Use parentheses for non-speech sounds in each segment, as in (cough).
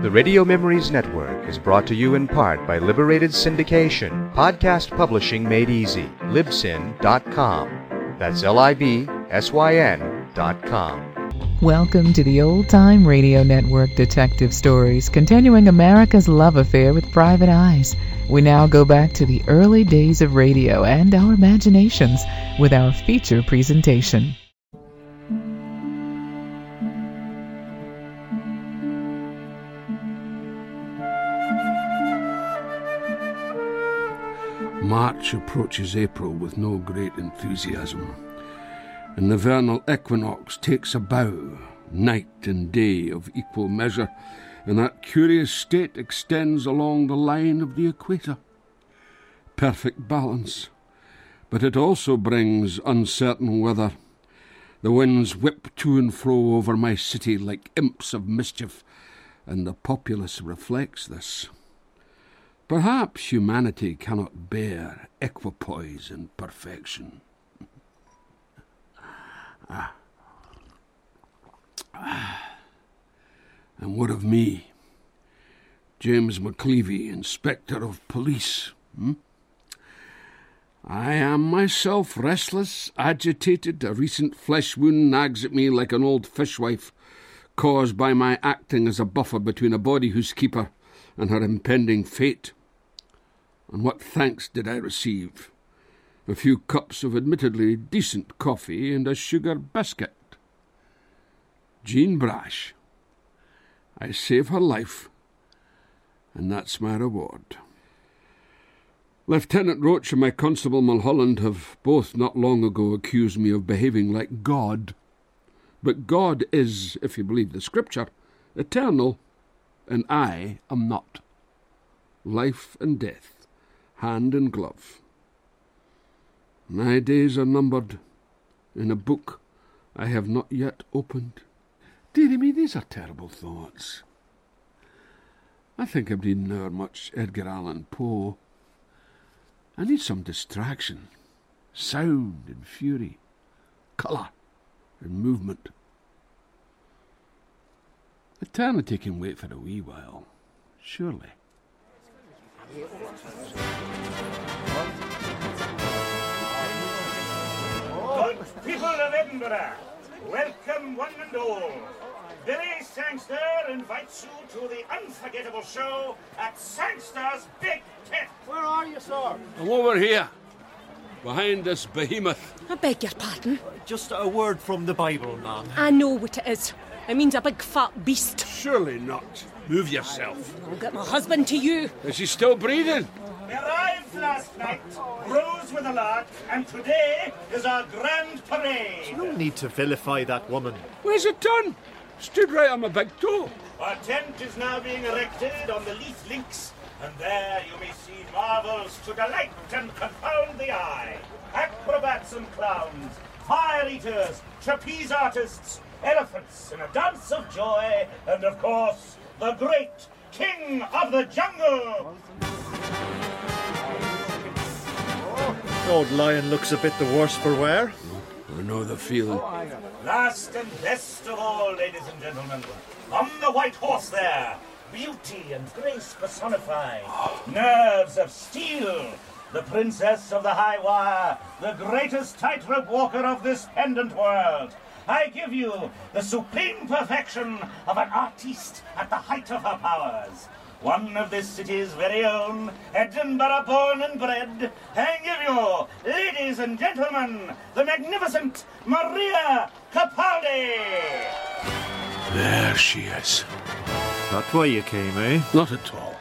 The Radio Memories Network is brought to you in part by Liberated Syndication, podcast publishing made easy. Libsyn.com. That's L I B S Y N.com. Welcome to the Old Time Radio Network Detective Stories, continuing America's love affair with private eyes. We now go back to the early days of radio and our imaginations with our feature presentation. March approaches April with no great enthusiasm, and the vernal equinox takes a bow, night and day of equal measure, and that curious state extends along the line of the equator. Perfect balance, but it also brings uncertain weather. The winds whip to and fro over my city like imps of mischief, and the populace reflects this. Perhaps humanity cannot bear equipoise and perfection. Ah. Ah. And what of me? James McCleavy, Inspector of Police. hmm? I am myself restless, agitated. A recent flesh wound nags at me like an old fishwife, caused by my acting as a buffer between a body whose keeper and her impending fate. And what thanks did I receive? A few cups of admittedly decent coffee and a sugar biscuit. Jean Brash. I save her life, and that's my reward. Lieutenant Roach and my Constable Mulholland have both not long ago accused me of behaving like God. But God is, if you believe the Scripture, eternal, and I am not. Life and death, hand and glove. My days are numbered in a book I have not yet opened. Dearie me, these are terrible thoughts. I think I'm reading now much Edgar Allan Poe. I need some distraction, sound and fury, colour and movement. Eternity can wait for a wee while, surely. Good people of Edinburgh, welcome one and all. Billy Sangster invites you to the unforgettable show at Sangster's Big Tent. Where are you, sir? I'm over here, behind this behemoth. I beg your pardon. Just a word from the Bible, ma'am. I know what it is. It means a big fat beast. Surely not. Move yourself. I'll get my husband to you. Is she still breathing? We arrived last night, rose with a lark, and today is our grand parade. No need to vilify that woman. Where's it done? Stood right on my big toe. Our tent is now being erected on the Leith Links, and there you may see marvels to delight and confound the eye. Acrobats and clowns, fire eaters, trapeze artists, elephants in a dance of joy, and of course, the great king of the jungle. Old lion looks a bit the worse for wear. I know the feeling. Last and best of all, ladies and gentlemen, on the white horse there, beauty and grace personified, nerves of steel, the princess of the high wire, the greatest tightrope walker of this pendant world. I give you the supreme perfection of an artiste at the height of her powers. One of this city's very own, Edinburgh born and bred, I give you, ladies and gentlemen, the magnificent Maria Capaldi. There she is. That way you came, eh? Not at all.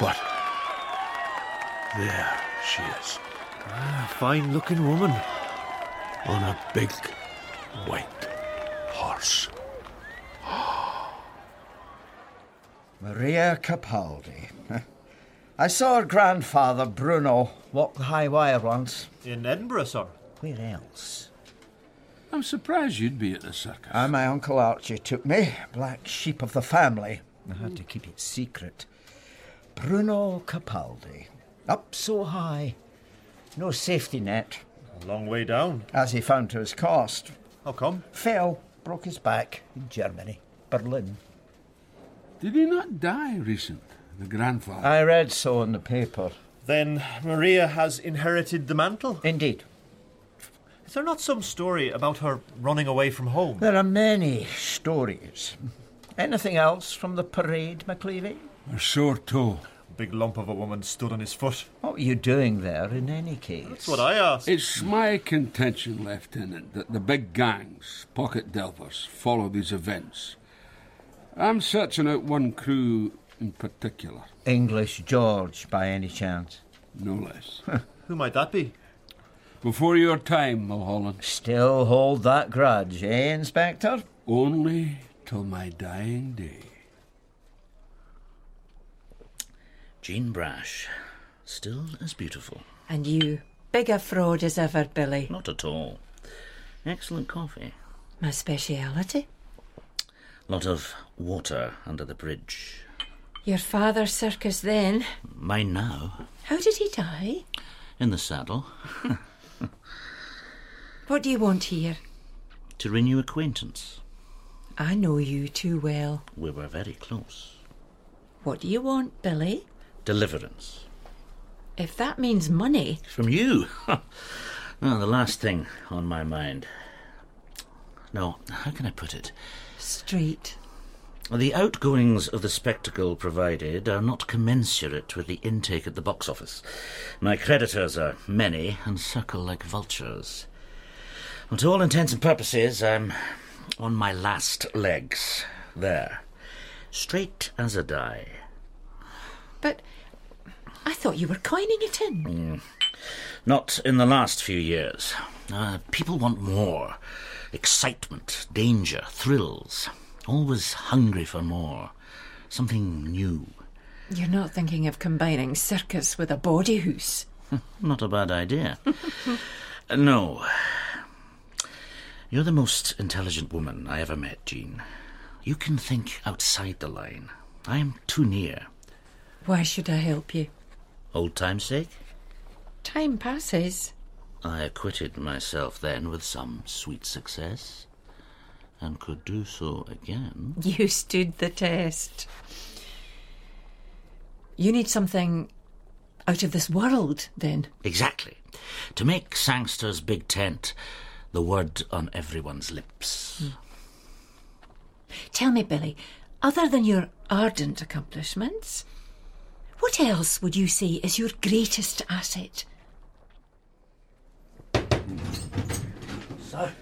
But there she is, A fine looking Ah, woman. on a big white horse. Maria Capaldi. I saw her grandfather, Bruno, walk the high wire once. In Edinburgh, sir. Where else? I'm surprised you'd be at the circus. And my Uncle Archie took me, black sheep of the family. I had to keep it secret. Bruno Capaldi. Up so high. No safety net, A long way down. as he found to his cost. How come? Fell, broke his back in Germany, Berlin. Did he not die recent, the grandfather? I read so in the paper. Then Maria has inherited the mantle. Indeed. Is there not some story about her running away from home? There are many stories. Anything else from the parade, McLeavy? A sore toe. Big lump of a woman stood on his foot. What were you doing there in any case? That's what I asked. It's my contention, Lieutenant, that the big gangs, pocket delvers, follow these events. I'm searching out one crew in particular, English George, by any chance. no (laughs) less. Who might that be? Before your time, Mulholland. Still hold that grudge, eh, Inspector? Only till my dying day. Jean Brash, still as beautiful. And you, bigger fraud as ever, Billy. Not at all. Excellent coffee. My speciality. Lot of water under the bridge. Your father's circus then. Mine now, How did he die? in the saddle, What do you want here? to renew acquaintance. I know you too well. We were very close. What do you want, Billy? Deliverance. If that means money, From you! (laughs) Ah, the last thing on my mind. No, how can I put it? straight. The outgoings of the spectacle provided are not commensurate with the intake at the box office. My creditors are many and circle like vultures. Well, to all intents and purposes, I'm on my last legs. There. Straight as a die. But I thought you were coining it in. Mm. Not in the last few years. Uh, people want more excitement, danger, thrills. Always hungry for more. Something new. (laughs) You're not thinking of combining circus with a body house. Not a (laughs) bad idea. Uh, no. You're the most intelligent woman I ever met, Jean. You can think outside the line. I am too near. Why should I help you? Old time's sake? Time passes. (laughs) I acquitted myself then with some sweet success, and could do so again. You stood the test. You need something out of this world, then. Exactly. To make Sangster's big tent the word on everyone's lips. Tell me, Billy, other than your ardent accomplishments, what else would you say is your greatest asset? Sir,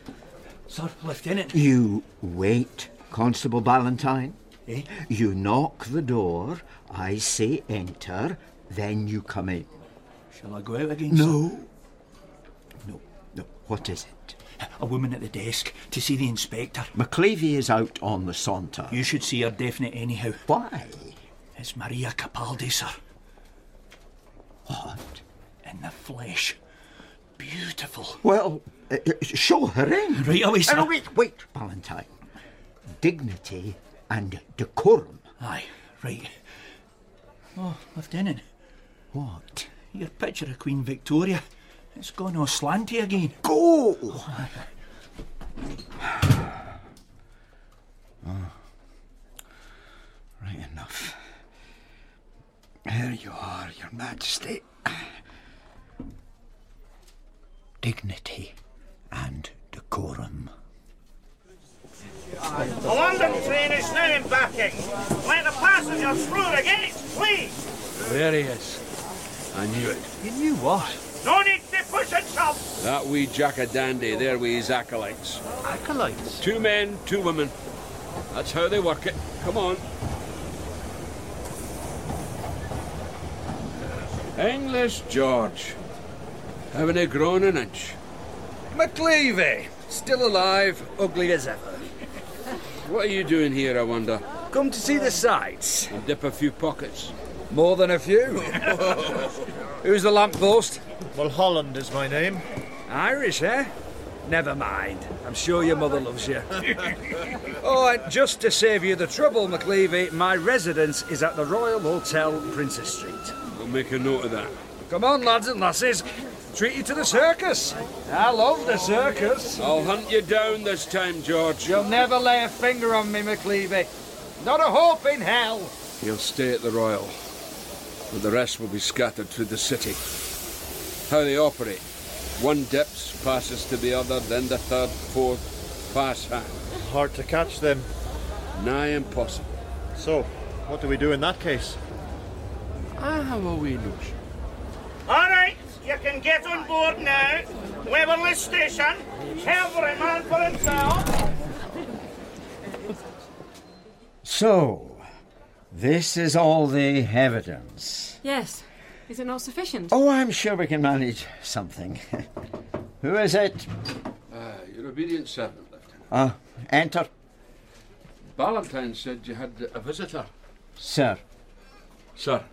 sir, Lieutenant. You wait, Constable Ballantyne. Eh? You knock the door, I say enter, then you come in. Shall I go out again? No. No, no. What is it? sir? A woman at the desk to see the inspector. McCleavy is out on the saunter. You should see her definite anyhow. Why? It's Maria Capaldi, sir. What? In the flesh. Beautiful. Well, uh, uh, show her in. Right away, sir. No, wait, wait, Valentine. Dignity and decorum. Aye, right. Oh, Lieutenant, What? your picture of Queen Victoria. It's gone all slanty again. Go! Ah. right enough. There you are, Your Majesty. Dignity and decorum. The London train is now embarking. Let the passengers through the gates, please. There he is. I knew it. You knew what? No need to push and shove. That wee jackadandy there with his acolytes. Acolytes. Two men, two women. That's how they work it. Come on. English George. Haven't he grown an inch? McLeavy, still alive, ugly as ever. What are you doing here, I wonder? Come to see the sights. And dip a few pockets. More than (laughs) a few. Who's the lamppost? Mulholland is my name. Irish, eh? Never mind. I'm sure your mother loves (laughs) you. oh, and just to save you the trouble, McLeavy, my residence is at the Royal Hotel, Princess Street. We'll make a note of that. Come on, lads and lasses. Treat you to the circus. I love the circus. I'll hunt you down this time, George. You'll never lay a finger on me, McLeavy. Not a hope in hell. He'll stay at the Royal, but the rest will be scattered through the city. How they operate. One dips, passes to the other, then the third, fourth, pass hand. Hard to catch them. Nigh impossible. So, what do we do in that case? I have a wee notion. All right, you can get on board now. Waverley Station, every man for himself. So, this is all the evidence. Yes. Is it not sufficient? Oh, I'm sure we can manage something. (laughs) Who is it? Uh, your obedient servant, Lieutenant. Ah, enter, Valentine said you had a visitor. sir. Hmm. Sir.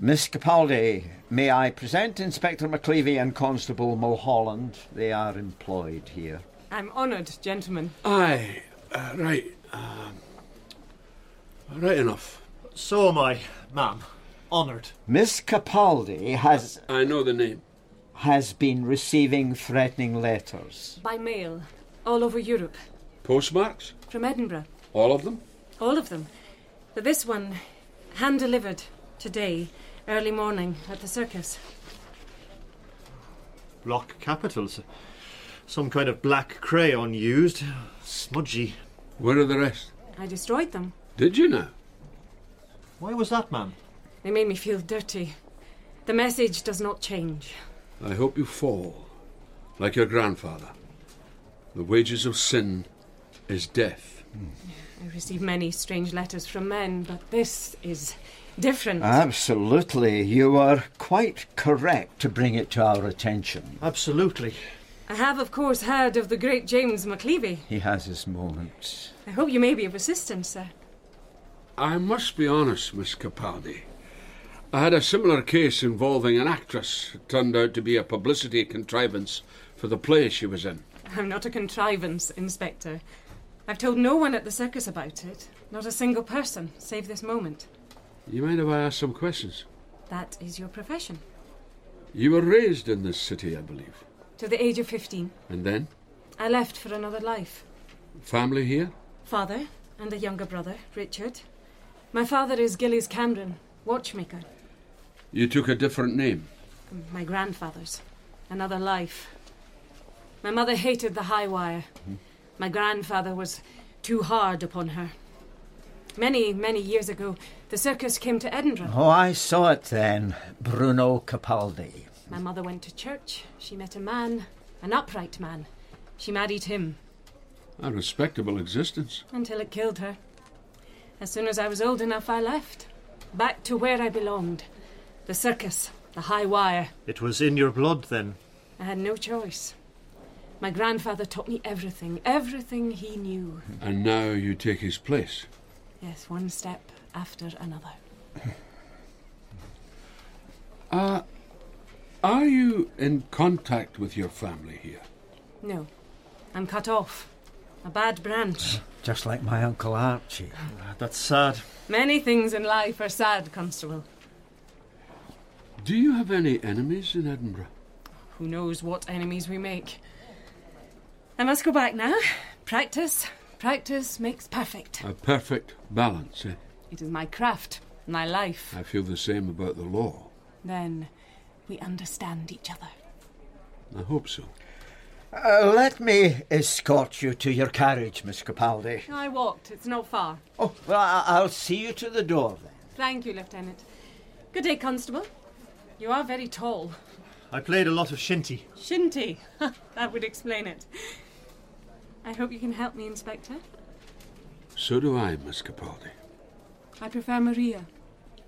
Miss Capaldi, may I present Inspector McCleavy and Constable Mulholland? They are employed here. I'm honoured, gentlemen. Aye, uh, right. Um, right enough. So am I, ma'am. Honoured. Miss Capaldi has I know the name. has been receiving threatening letters. By mail. All over Europe. Postmarks? From Edinburgh. All of them? All of them. But this one, hand delivered today, early morning at the circus. Block capitals. Some kind of black crayon used. Smudgy. Where are the rest? I destroyed them. Did you know? Why was that, ma'am? They made me feel dirty. The message does not change. I hope you fall like your grandfather. The wages of sin is death. I receive many strange letters from men, but this is different. Ah, Absolutely, you are quite correct to bring it to our attention. Absolutely. I have, of course, heard of the great James McLeavy. He has his moments. I hope you may be of assistance, sir. I must be honest, Miss Capaldi. I had a similar case involving an actress who turned out to be a publicity contrivance for the play she was in. I'm not a contrivance, Inspector. I've told no one at the circus about it. Not a single person, save this moment. You mind if I ask some questions? That is your profession. You were raised in this city, I believe. To the age of 15, And then? I left for another life. Family here? Father and a younger brother, Richard. My father is Gillies Cameron, watchmaker. You took a different name. My grandfather's. Another life. My mother hated the high wire. My grandfather was too hard upon her. Many, many years ago, the circus came to (laughs) Edinburgh. Oh, I saw it then. Bruno Capaldi. My mother went to church. She met a man, an upright man. She married him A respectable existence. until it killed her. As soon as I was old enough, I left. Back to where I belonged the circus, the high wire. It was in your blood then. I had no choice. My grandfather taught me everything, everything he knew. And now you take his place. Yes, one step after another. Uh, are you in contact with your family here? No, I'm cut off. A bad branch. Just like my Uncle Archie. Ah, That's sad. Many things in life are sad, Constable. Do you have any enemies in Edinburgh? Who knows what enemies we make? I must go back now. Practice, practice makes perfect. A perfect balance, eh? It is my craft, my life. I feel the same about the law. Then we understand each other. I hope so. Uh, let me escort you to your carriage, Miss Capaldi. I walked. It's not far. Oh, well, I- I'll see you to the door then. Thank you, Lieutenant. Good day, Constable. You are very tall. I played a lot of shinty. Shinty. (laughs) that would explain it. I hope you can help me, Inspector. So do I, Miss Capaldi. I prefer Maria.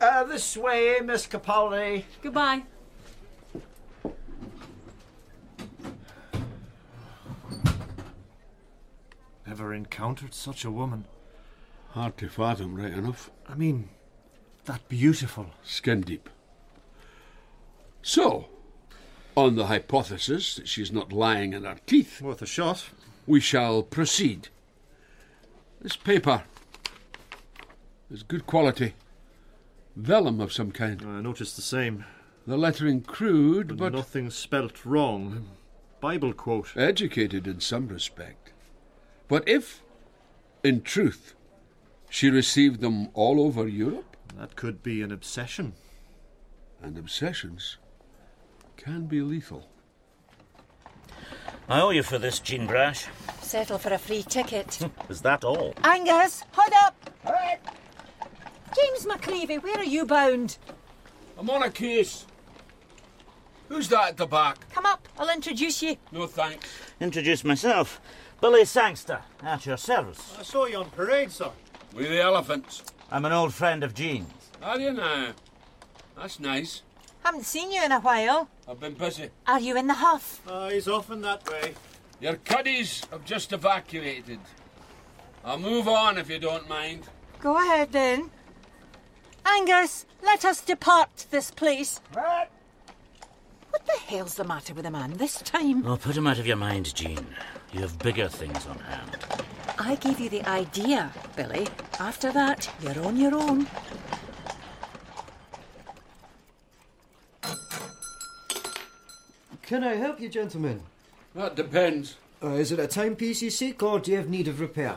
Uh, this way, Miss Capaldi. Goodbye. Never encountered such a woman. Hard to fathom, right enough. I mean, that beautiful. Skin deep. So, on the hypothesis that she's not lying in her teeth. Worth a shot. We shall proceed. This paper is good quality. Vellum of some kind. I noticed the same. The lettering crude, but. Nothing spelt wrong. Bible quote. Educated in some respect. But if, in truth, she received them all over Europe? That could be an obsession. And obsessions can be lethal. I owe you for this, Jean Brash. (laughs) Settle for a free ticket. Is that all? Angus, hold up! James McCreevy, where are you bound? I'm on a case. Who's that at the back? Come up, I'll introduce you. No thanks. Introduce myself. Billy Sangster, at your service. I saw you on parade, sir. We the elephants. I'm an old friend of Jean's. Are you now? That's nice. Haven't seen you in a while. I've been busy. Are you in the huff? Uh, he's often that way. Your cuddies have just evacuated. I'll move on if you don't mind. Go ahead then. Angus, let us depart this place. What? What the hell's the matter with the man this time? Well, put him out of your mind, Jean. You have bigger things on hand. I gave you the idea, Billy. After that, you're on your own. Can I help you, gentlemen? That depends. Uh, is it a timepiece you seek, or do you have need of repair? Uh,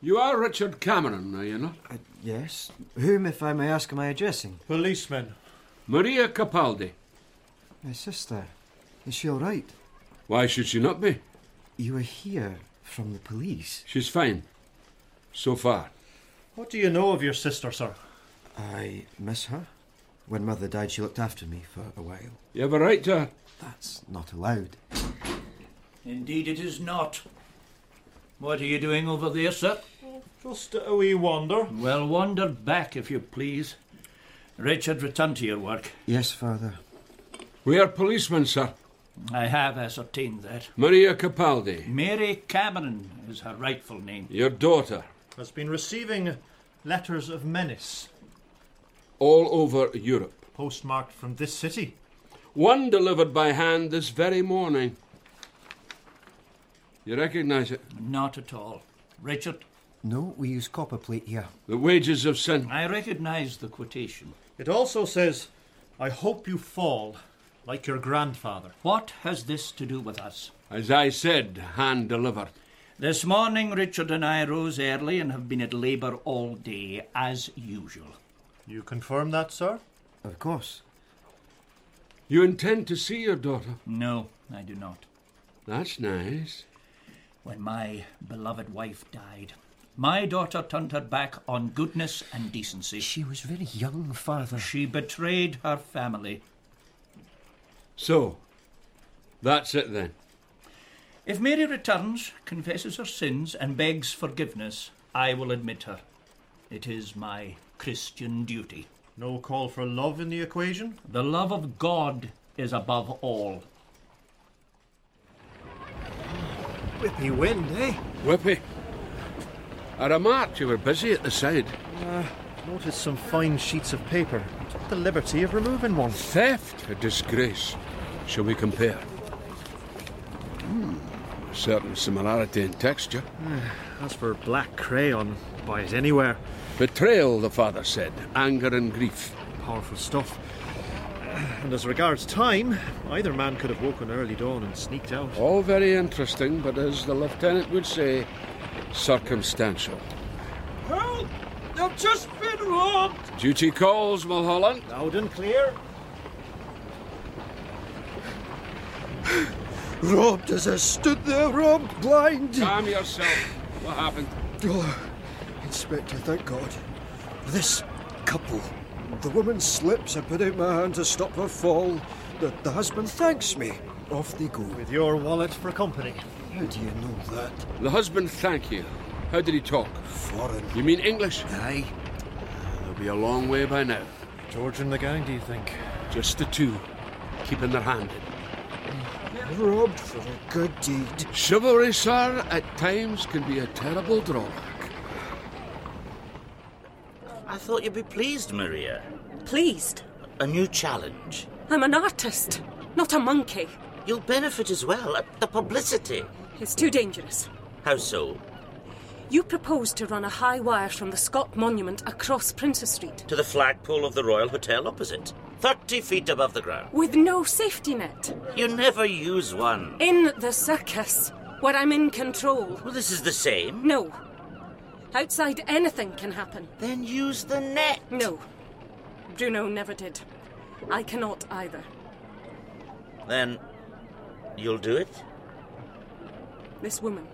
You are Richard Cameron, are you not? yes. Whom, if I may ask, am I addressing? Policeman. Maria Capaldi. My sister. Is she all right? Why should she not be? You are here from the police. She's fine. So far. What do you know of your sister, sir? I miss her. When mother died, she looked after me for a while. You have a right to her. That's not allowed. Indeed, it is not. What are you doing over there, sir? Just a wee wander. Well, wander back, if you please. Richard, return to your work. Yes, father. We are policemen, sir. I have ascertained that. Maria Capaldi. Mary Cameron is her rightful name. Your daughter. Has been receiving letters of menace. All over Europe. Postmarked from this city. One delivered by hand this very morning. You recognize it? Not at all. Richard? No, we use copper plate here. The wages of sin. I recognize the quotation. It also says, I hope you fall like your grandfather. What has this to do with us? As I said, hand delivered. This morning, Richard and I rose early and have been at labour all day, as usual. You confirm that, sir? Of course. You intend to see your daughter? No, I do not. That's nice. When my beloved wife died, my daughter turned her back on goodness and decency. She was very young, father. She betrayed her family. So, that's it then. If Mary returns, confesses her sins, and begs forgiveness, I will admit her. It is my Christian duty. No call for love in the equation? The love of God is above all. Whippy wind, eh? Whippy. I remarked you were busy at the side. Uh, noticed some fine sheets of paper. Took the liberty of removing one. Theft, a disgrace. Shall we compare? Hmm, a certain similarity in texture. As for Uh, black crayon, buy it anywhere. Betrayal, the father said. Anger and grief. Powerful stuff. Uh, And as regards time, either man could have woken early dawn and sneaked out. All very interesting, but as the lieutenant would say, circumstantial. Help! I've just been robbed! Duty calls, Mulholland. Loud (sighs) and clear. Robbed as I stood there, robbed, blind. Calm yourself. What happened? Oh, Inspector, thank God. This couple. The woman slips, I put out my hand to stop her fall. The, the husband thanks me. Off they go. With your wallet for company. How do you know that? The husband thank you. How did he talk? Foreign. You mean English? Ah, Aye. They'll be a long way by now. George and the gang, do you think? Just the two, keeping their hand in. Robbed for a good deed. Chivalry, sir, at times can be a terrible drawback. I thought you'd be pleased, Maria. Pleased? A new challenge. I'm an artist, not a monkey. You'll benefit as well at the publicity. It's too dangerous. How so? You propose to run a high wire from the Scott Monument across Princess Street To the flagpole of the Royal Hotel opposite, 30 feet above the ground. with no safety net. You never use one. In the circus, where I'm in control. Well, this is the same. No. Outside, anything can happen. Then use the net. No. Bruno never did. I cannot either. Then you'll do it? This woman,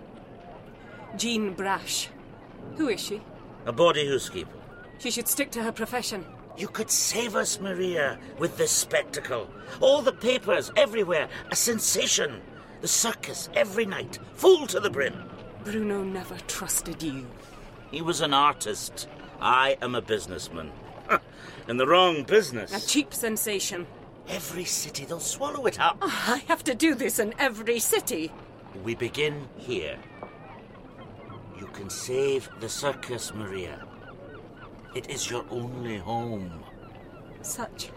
Jean Brash. Who is she? A body housekeeper. She should stick to her profession. You could save us, Maria, with this spectacle. All the papers, everywhere, a sensation. The circus, every night, full to the brim. Bruno never trusted you. He was an artist. I am a businessman. In the wrong A business. cheap sensation. Ah, Every city, they'll swallow it up. I have to do this in every city. We begin here. You can save the circus, Maria. It is your only home. Such,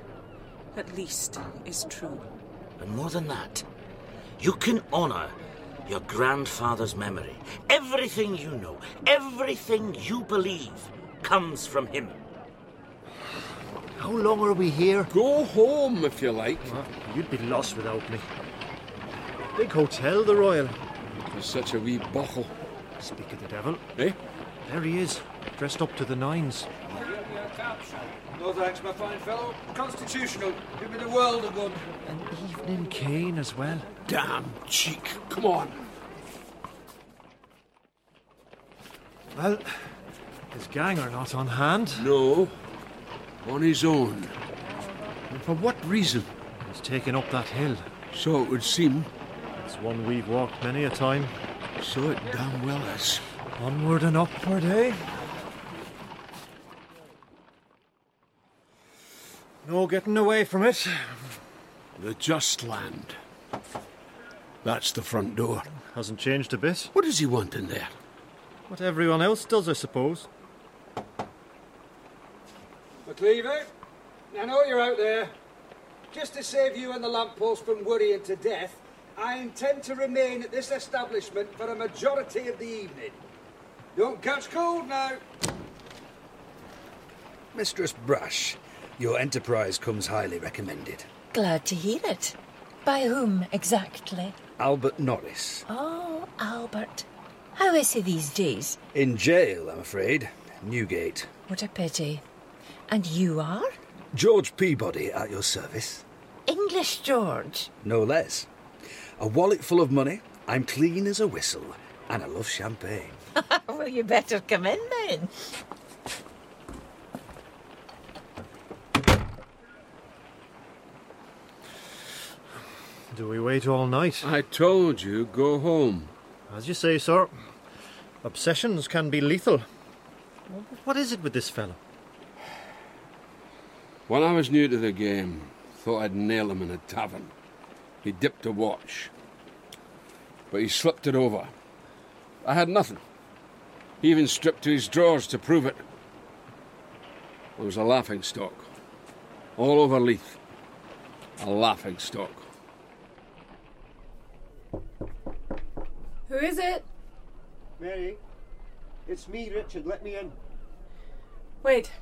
at least, is true. And more than that, you can honor your grandfather's memory. Everything you know, everything you believe comes from him. How long are we here? Go home if you like. you'd be lost without me. Big hotel, the Royal. There's such a wee bottle. Speak of the devil. Eh? There he is, dressed up to the nines. No thanks, my fine fellow. Constitutional. Give me the world a good. Evening Kane as well. Damn cheek. Come on. Well, his gang are not on hand. No. On his own. And for what reason? He's taken up that hill. So it would seem. It's one we've walked many a time. So it damn well is. Onward and upward, eh? No getting away from it. The Just Land. That's the front door. Hasn't changed a bit. What does he want in there? What everyone else does, I suppose. McLeaver, I know you're out there. Just to save you and the lamppost from worrying to death, I intend to remain at this establishment for a majority of the evening. Don't catch cold now. Mistress Brush, your enterprise comes highly recommended. Glad to hear it. By whom exactly? Albert Norris. Oh, Albert. How is he these days? In jail, I'm afraid. Newgate. What a pity. And you are? (laughs) George Peabody at your service. English George. No less. A wallet full of money, I'm clean as a whistle, and I love champagne. well, you better come in then. Do we wait all night? I told you, go home. As you say, sir, obsessions can be lethal. Wh- What is it with this fellow? When I was new to the game, thought I'd nail him in a tavern. He dipped a watch, but he slipped it over. I had nothing. He even stripped to his drawers to prove it. I was a laughing stock. All over Leith. A laughing stock. Who is it? Mary, it's me, Richard. Let me in. Wait.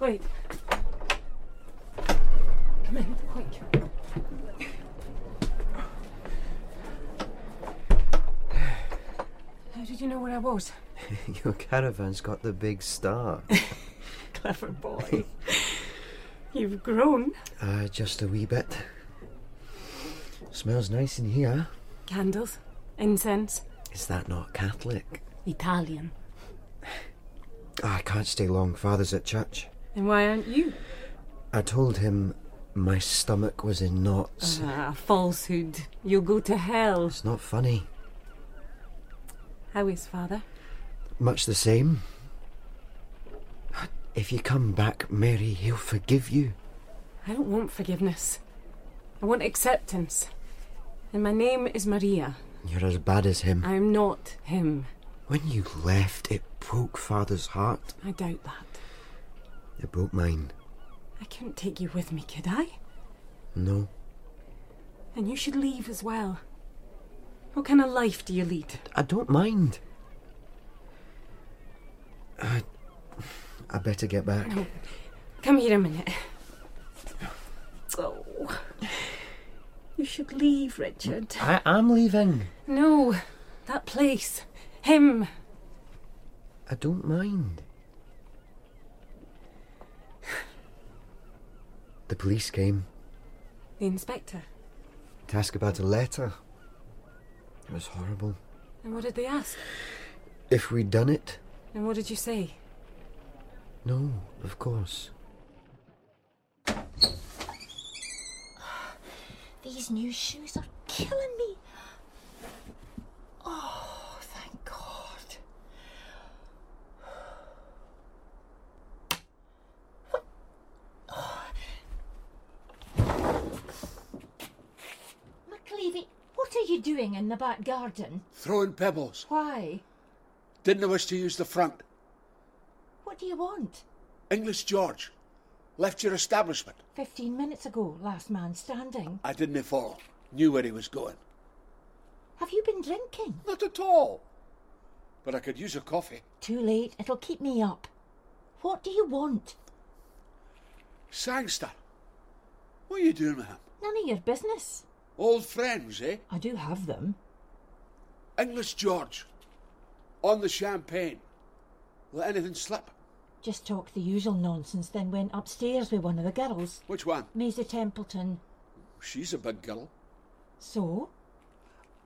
Wait. Come in, quick. How did you know where I was? (laughs) Your caravan's got the (laughs) big star. Clever boy. (laughs) You've grown. uh, just a wee bit. Smells nice in here. Candles, incense, Is that not Catholic? Italian. Oh, I can't stay long. Father's at church. Then why aren't you? I told him my stomach was in knots. Ah, falsehood. You'll go to hell. It's not funny. How is father? Much the same. If you come back, Mary, he'll forgive you. I don't want forgiveness. I want acceptance. And my name is Maria. You're as bad as him. I am not him. When you left, it broke Father's heart. I doubt that. It broke mine. I couldn't take you with me, could I? No, And you should leave as well. What kind of life do you lead? I don't mind. I, I better get back. No. Come here a minute. Oh. You should leave, Richard. I am leaving. No, that place. Him. I don't mind. The police came The inspector. to ask about a letter. It was horrible. And what did they ask? If we'd done it, And what did you say? no, of course. These new shoes are killing me. Oh, thank God. (sighs) McLeavy, what are you doing in the back garden? Throwing pebbles. Why? Didn't wish to use the front. What do you want? English George. Left your establishment. Fifteen minutes ago, last man standing. I didn't follow. Knew where he was going. Have you been drinking? Not at all. But I could use a coffee. Too late. It'll keep me up. What do you want? Sangster. What are you doing with him? None of your business. Old friends, eh? I do have them. English George. On the champagne. Let anything slip. Just talked the usual nonsense, then went upstairs with one of the girls. Which one? Maisie Templeton. She's a big girl. So?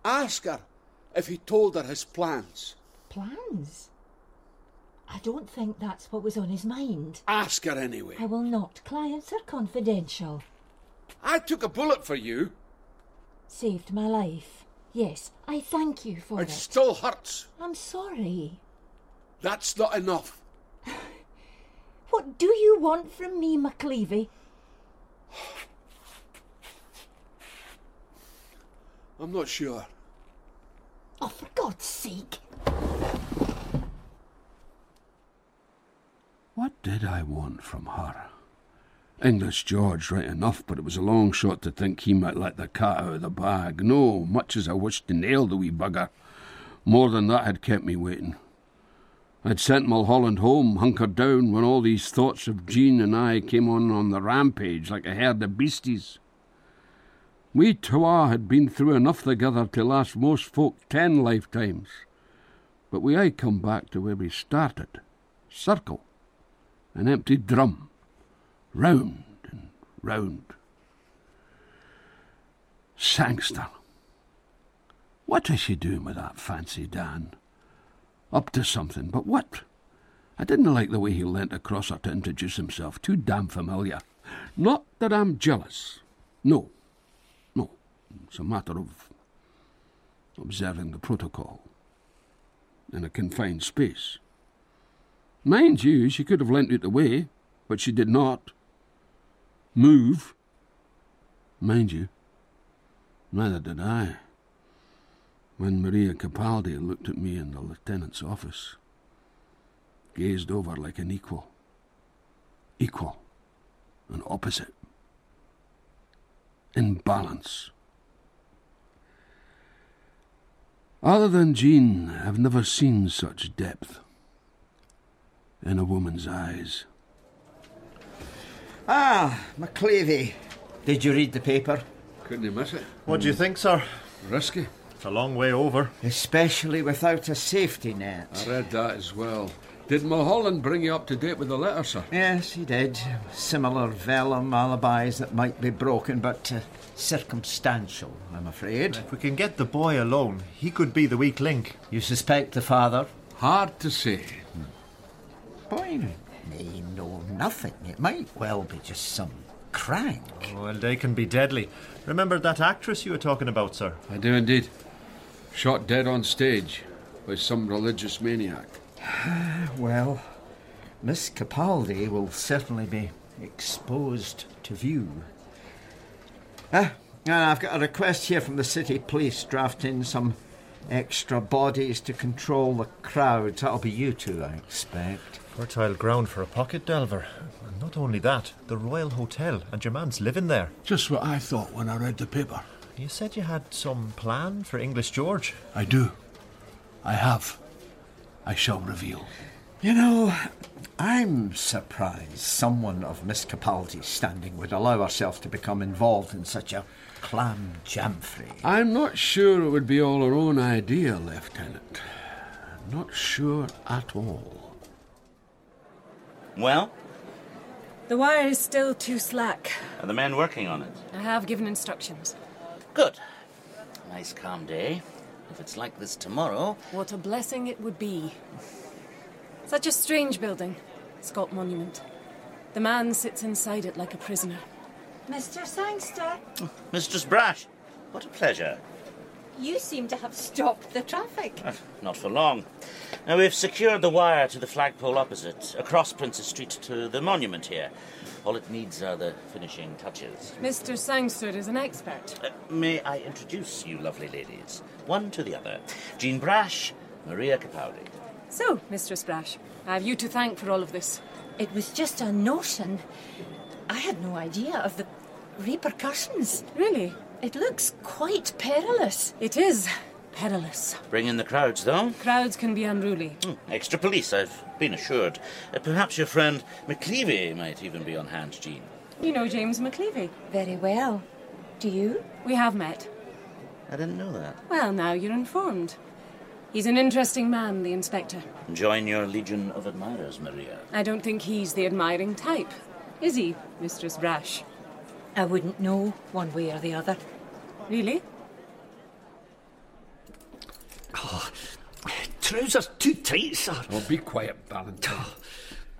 Ask her if he told her his plans. Plans? I don't think that's what was on his mind. Ask her anyway. I will not. Clients are confidential. I took a bullet for you. Saved my life. Yes, I thank you for It it. still hurts. I'm sorry. That's not enough. (laughs) What do you want from me, McLeavy? I'm not sure. Oh, for God's sake. What did I want from her? English George, right enough, but it was a long shot to think he might let the cat out of the bag. No, much as I wished to nail the wee bugger. More than that had kept me waiting. I'd sent Mulholland home, hunkered down, when all these thoughts of Jean and I came on on the rampage like a herd of beasties. We twa had been through enough together to last most folk ten lifetimes, but we aye come back to where we started. Circle an empty drum, round and round. Sangster. What is she doing with that fancy Dan? Up to something, but what? I didn't like the way he leant across her to introduce himself. Too damn familiar. Not that I'm jealous. No. No. It's a matter of observing the protocol in a confined space. Mind you, she could have lent it away, but she did not. Move. Mind you, neither did I. When Maria Capaldi looked at me in the lieutenant's office, gazed over like an equal, equal, and opposite, in balance. Other than Jean, I've never seen such depth in a woman's eyes. Ah, McClavey. Did you read the paper? Couldn't you miss it? Hmm. What do you think, sir? Risky. It's a long way over. Especially without a safety net. I read that as well. Did Mulholland bring you up to date with the letter, sir? Yes, he did. Similar vellum alibis that might be broken, but uh, circumstantial, I'm afraid. If we can get the boy alone, he could be the weak link. You suspect the father? Hard to say. Boy may know nothing. It might well be just some crank. Well, they can be deadly. Remember that actress you were talking about, sir? I do indeed. Shot dead on stage by some religious maniac. (sighs) Well, Miss Capaldi will certainly be exposed to view. Ah, and I've got a request here from the city police drafting some extra bodies to control the crowds. That'll be you two, I expect. Fertile ground for a pocket delver. Not only that, the Royal Hotel, and your man's living there. Just what I thought when I read the paper. You said you had some plan for English George. I do. I have. I shall reveal. You know, I'm surprised someone of Miss Capaldi's standing would allow herself to become involved in such a clam jamfrey. I'm not sure it would be all her own idea, Lieutenant. Not sure at all. Well, The wire is still too slack. are the men working on it? I have given instructions. Good. Nice calm day. If it's like this tomorrow, What a blessing it would be. Such a strange building, Scott Monument. The man sits inside it like a prisoner. Mr. Sangster, Mistress Brash, what a pleasure. you seem to have stopped the traffic. Uh, Not for long. Now, we've secured the wire to the flagpole opposite, across Princess Street to the monument here. All it needs are the finishing touches. Mr. Sangster is an expert. Uh, may I introduce you, lovely ladies, one to the other? Jean Brash, Maria Capaldi. So, Mistress Brash, I have you to thank for all of this. It was just a notion. I had no idea of the repercussions. Really? It looks quite perilous. It is perilous. Bring in the crowds, though. Crowds can be unruly. Extra police, I've been assured. Uh, perhaps your friend McCleavy might even be on hand, Jean. You know James McCleavy. Very well. Do you? We have met. I didn't know that. Well, now you're informed. He's an interesting man, the inspector. Join your legion of admirers, Maria. I don't think he's the admiring type. Is he, Mistress Brash? I wouldn't know one way or the other. Really? Trousers too tight, sir. Oh, be quiet, Valentine.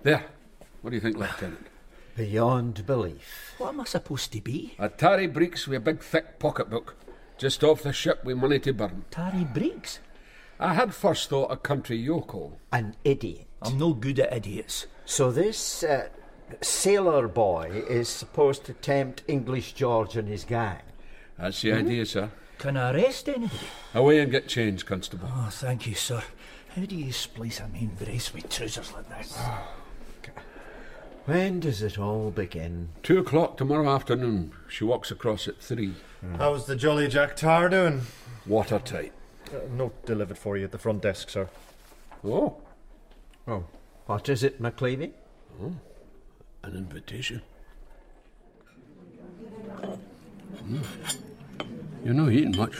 There. What do you think, Lieutenant? Beyond belief. What am I supposed to be? A tarry breeks with a big thick pocketbook, just off the ship with money to burn. Tarry breeks? I had first thought a country yokel. An idiot. I'm no good at idiots. So this uh, sailor boy is supposed to tempt English George and his gang. That's the idea, sir. Can I arrest anybody? Away and get changed, Constable. Oh, thank you, sir. How do you splice a mean brace with trousers like this? When does it all begin? Two o'clock tomorrow afternoon. She walks across at three. Hmm. How's the Jolly Jack Tar doing? Watertight. Uh, note delivered for you at the front desk, sir. Oh. Oh. What is it, McCleavy? Oh, An invitation. You're not eating much.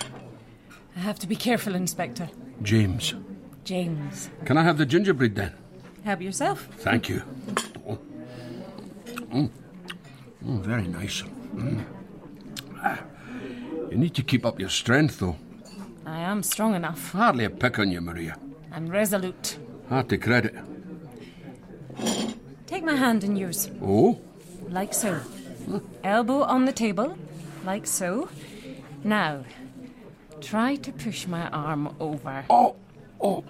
I have to be careful, Inspector. James, James. can I have the gingerbread then? Help yourself. Thank you. Oh. Mm. Mm, very nice. Mm. Ah. You need to keep up your strength, though. I am strong enough. Hardly a pick on you, Maria. I'm resolute. Hard to credit. Take my hand and yours. Oh, Like so. Elbow on the table. Like so. Now, try to push my arm over. Oh, oh.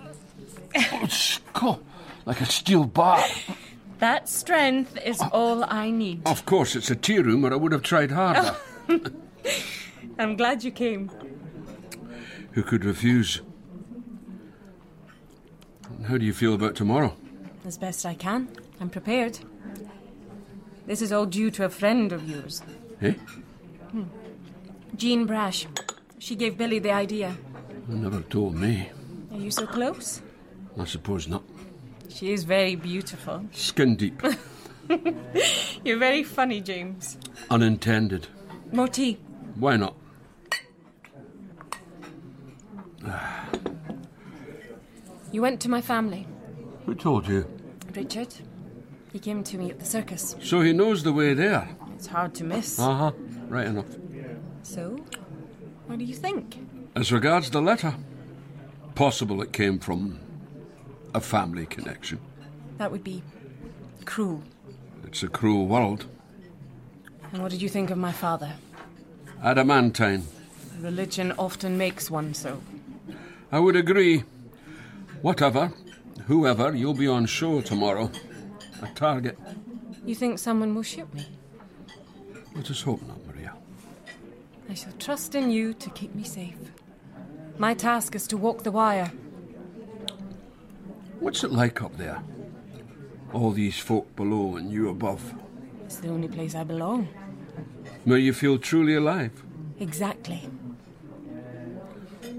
oh Scott, like a steel bar. That strength is Oh. all I need. Of course, it's a tea room, or I would have tried harder. I'm glad you came. Who could refuse? How do you feel about tomorrow? As best I can. I'm prepared. This is all due to a friend of yours, Hmm. Eh? Jean Brash. She gave Billy the idea. You never told me. Are you so close? I suppose not. She is very beautiful. Skin deep. (laughs) You're very funny, James. Unintended. More tea. Why not? (sighs) You went to my family, Who told you? Richard. He came to me at the circus. So he knows the way there. It's hard to miss. Uh huh. Right enough. So, what do you think? As regards the letter, possible it came from a family connection. That would be cruel. It's a cruel world. And what did you think of my father? Adamantine. Religion often makes one so. I would agree. Whatever, whoever, you'll be on show tomorrow. A target. You think someone will shoot me? Let us hope not, Maria. I shall trust in you to keep me safe. My task is to walk the wire. What's it like up there? All these folk below and you above. It's the only place I belong. Where you feel truly alive. Exactly.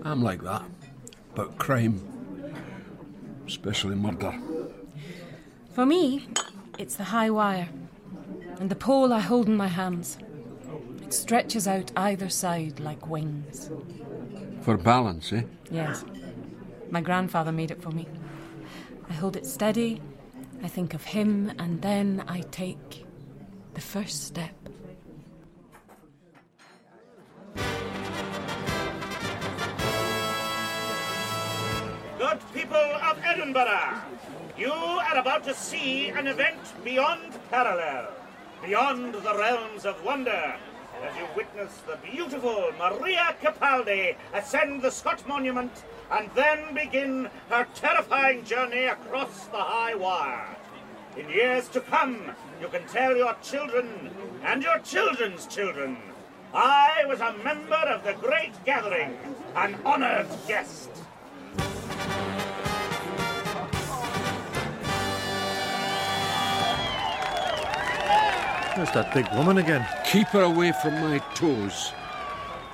I'm like that. But crime, especially murder. For me, it's the high wire and the pole I hold in my hands. It stretches out either side like wings. For balance, eh? Yes. My grandfather made it for me. I hold it steady, I think of him, and then I take the first step. Good people of Edinburgh, you are about to see an event beyond parallel, beyond the realms of wonder, as you witness the beautiful Maria Capaldi ascend the Scott Monument and then begin her terrifying journey across the high wire. In years to come, you can tell your children and your children's children. I was a member of the great gathering, an honored guest. There's that big woman again. Keep her away from my toes.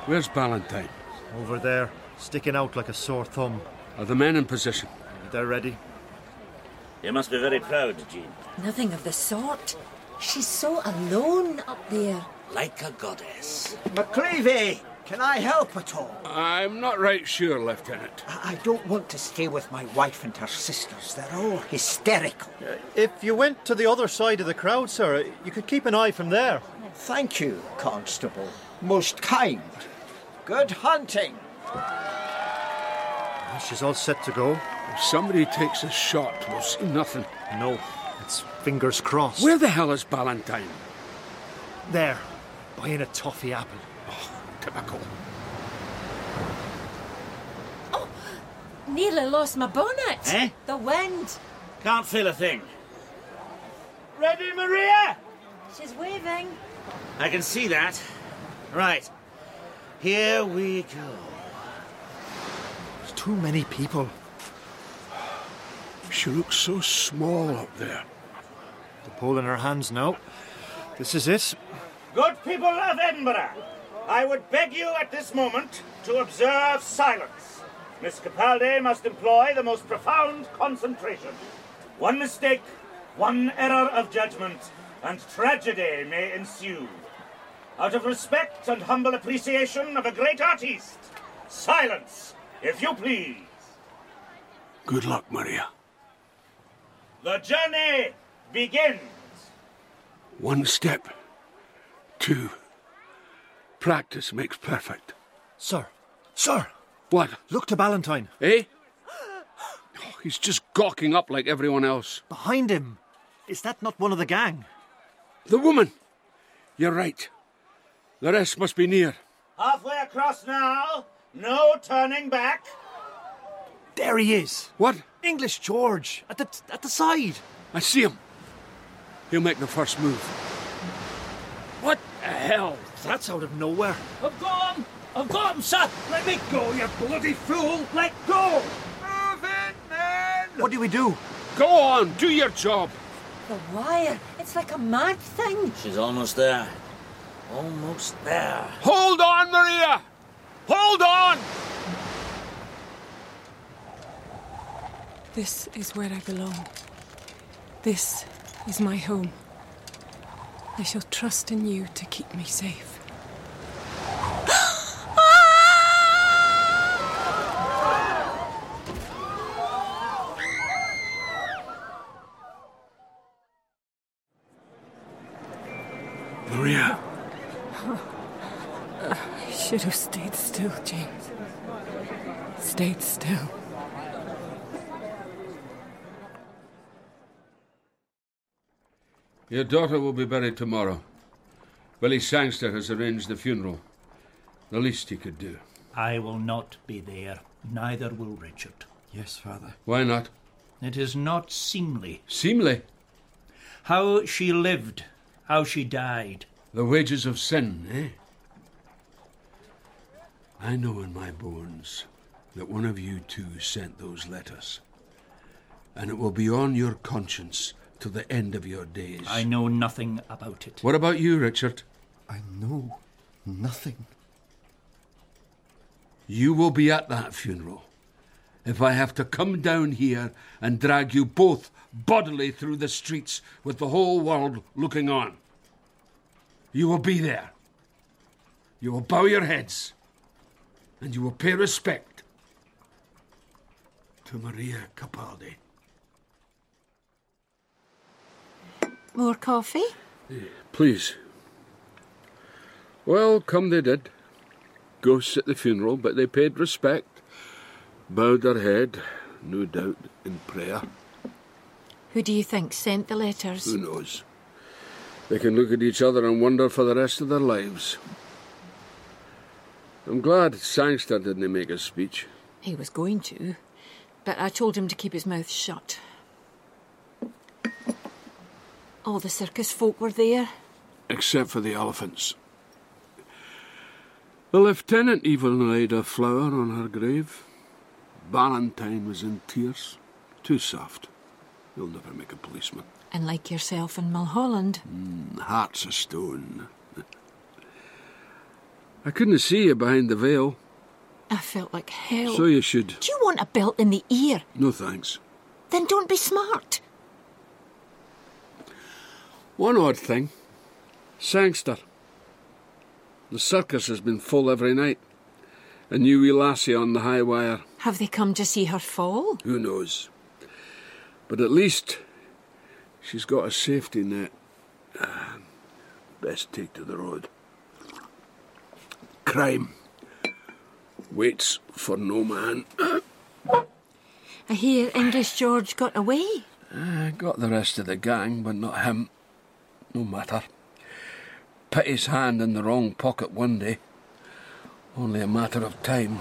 Where's Ballantyne? Over there, sticking out like a sore thumb. Are the men in position? They're ready. You must be very proud, Jean. Nothing of the sort. She's so alone up there. Like a goddess. McCleavy, can I help at all? I'm not right sure, Lieutenant. I don't want to stay with my wife and her sisters. They're all hysterical. Uh, If you went to the other side of the crowd, sir, you could keep an eye from there. Thank you, Constable. Most kind. Good hunting. Ah, She's all set to go. If somebody takes a shot, we'll see nothing. No, it's fingers crossed. Where the hell is Ballantyne? There, buying a toffee apple. Oh, Tobacco. Nearly lost my bonnet. Eh? The wind. Can't feel a thing. Ready, Maria? She's waving. I can see that. Right. Here we go. There's too many people. She looks so small up there. The pole in her hands now. This is it. Good people of Edinburgh, I would beg you at this moment to observe silence. Miss Capaldi must employ the most profound concentration. One mistake, one error of judgment, and tragedy may ensue. Out of respect and humble appreciation of a great artist, silence, if you please. Good luck, Maria. The journey begins. One step. Two. Practice makes perfect. Sir, sir, What? look to Ballantyne. Eh? Oh, he's just gawking up like everyone else. Behind him. Is that not one of the gang? The woman! You're right. The rest must be near. Halfway across now, no turning back. There he is. What? English George at the at the side. I see him. He'll make the first move. What the hell? That's out of nowhere. I've got him! I've got him, sir! Let me go, you bloody fool! Let go! Move it, man! (sighs) What do we do? Go on, do your job. The wire. It's like a mad thing. She's almost there. Almost there. Hold on, Maria! Hold on! This is where I belong. This is my home. I shall trust in you to keep me safe. Maria, I should have stayed still, James. Stayed still. Your daughter will be buried tomorrow. Willie Sangster has arranged the funeral. The least he could do. I will not be there, neither will Richard. Yes, Father. Why not? It is not seemly. Seemly. How she lived, how she died. The wages of sin, eh? I know in my bones that one of you two sent those letters. And it will be on your conscience to the end of your days. I know nothing about it. What about you, Richard? I know nothing. You will be at that funeral if I have to come down here and drag you both bodily through the streets with the whole world looking on. You will be there. You will bow your heads and you will pay respect to Maria Capaldi. More coffee? Please. Well, come they did. Ghosts at the funeral, but they paid respect, bowed their head, no doubt in prayer. Who do you think sent the letters? Who knows? They can look at each other and wonder for the rest of their lives. I'm glad Sangster didn't make a speech. He was going to, but I told him to keep his mouth shut. All the circus folk were there. Except for the elephants. The lieutenant even laid a flower on her grave. Valentine was in tears. Too soft. You'll never make a policeman. And like yourself in Mulholland. Mm, heart's a stone. (laughs) I couldn't see you behind the veil, I felt like hell. so you should. Do you want a belt in the ear? No thanks. Then don't (coughs) be smart. One odd thing. Sangster. The circus has been full every night. A new wee lassie on the high wire. Have they come to see her fall? Who knows? But at least she's got a safety net. Ah, Best take to the road. Crime waits for no man. I hear English George got away. I Eh, got the rest of the gang, but not him. No matter. Put his hand in the wrong pocket one day. Only a matter of time.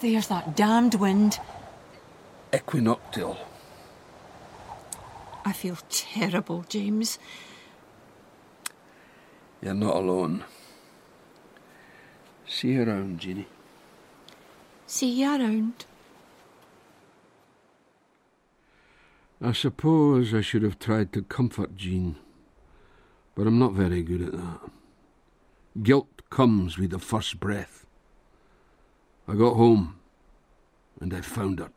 There's that damned wind. Equinoctial. I feel terrible, James. You're not alone. See you around, Jeannie. See you around. I suppose I should have tried to comfort Jean, but I'm not very good at that. Guilt comes with the first breath. I got home, and I found her,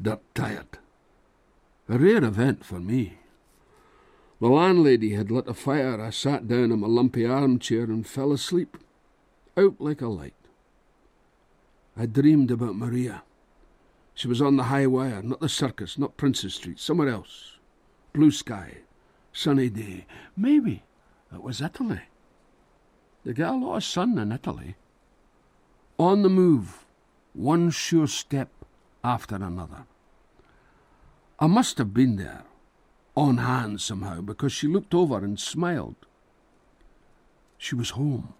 dirt tired. A rare event for me. The landlady had lit a fire. I sat down in my lumpy armchair and fell asleep, out like a light. I dreamed about Maria. She was on the high wire, not the circus, not Prince's Street, somewhere else. Blue sky, sunny day. Maybe it was Italy. They get a lot of sun in Italy. On the move, one sure step after another. I must have been there, on hand somehow, because she looked over and smiled. She was home.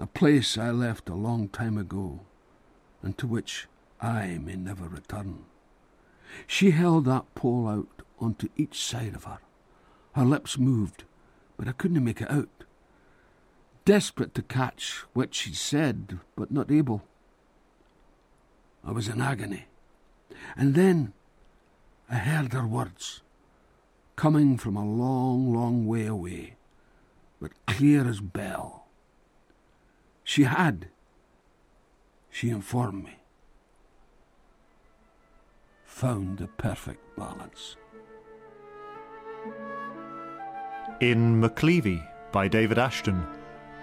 A place I left a long time ago, and to which I may never return. She held that pole out onto each side of her. Her lips moved, but I couldn't make it out. Desperate to catch what she said, but not able. I was in agony. And then I heard her words, coming from a long, long way away, but clear as bell. She had, she informed me, found the perfect balance. In McCleavy by David Ashton,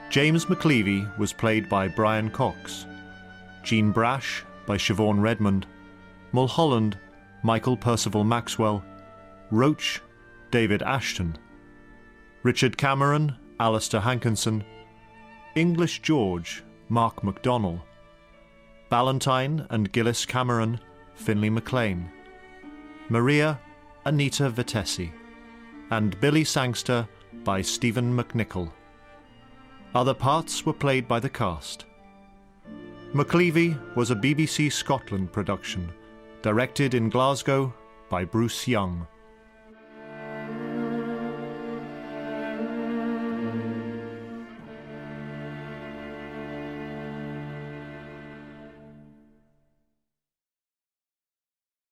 James McCleavy was played by Brian Cox, Jean Brash by Siobhan Redmond, Mulholland, Michael Percival Maxwell, Roach, David Ashton, Richard Cameron, Alistair Hankinson, English George, Mark McDonnell, Ballantyne and Gillis Cameron, Finlay MacLean, Maria, Anita Vitesi, and Billy Sangster by Stephen McNichol. Other parts were played by the cast. McCleavy was a BBC Scotland production, directed in Glasgow by Bruce Young.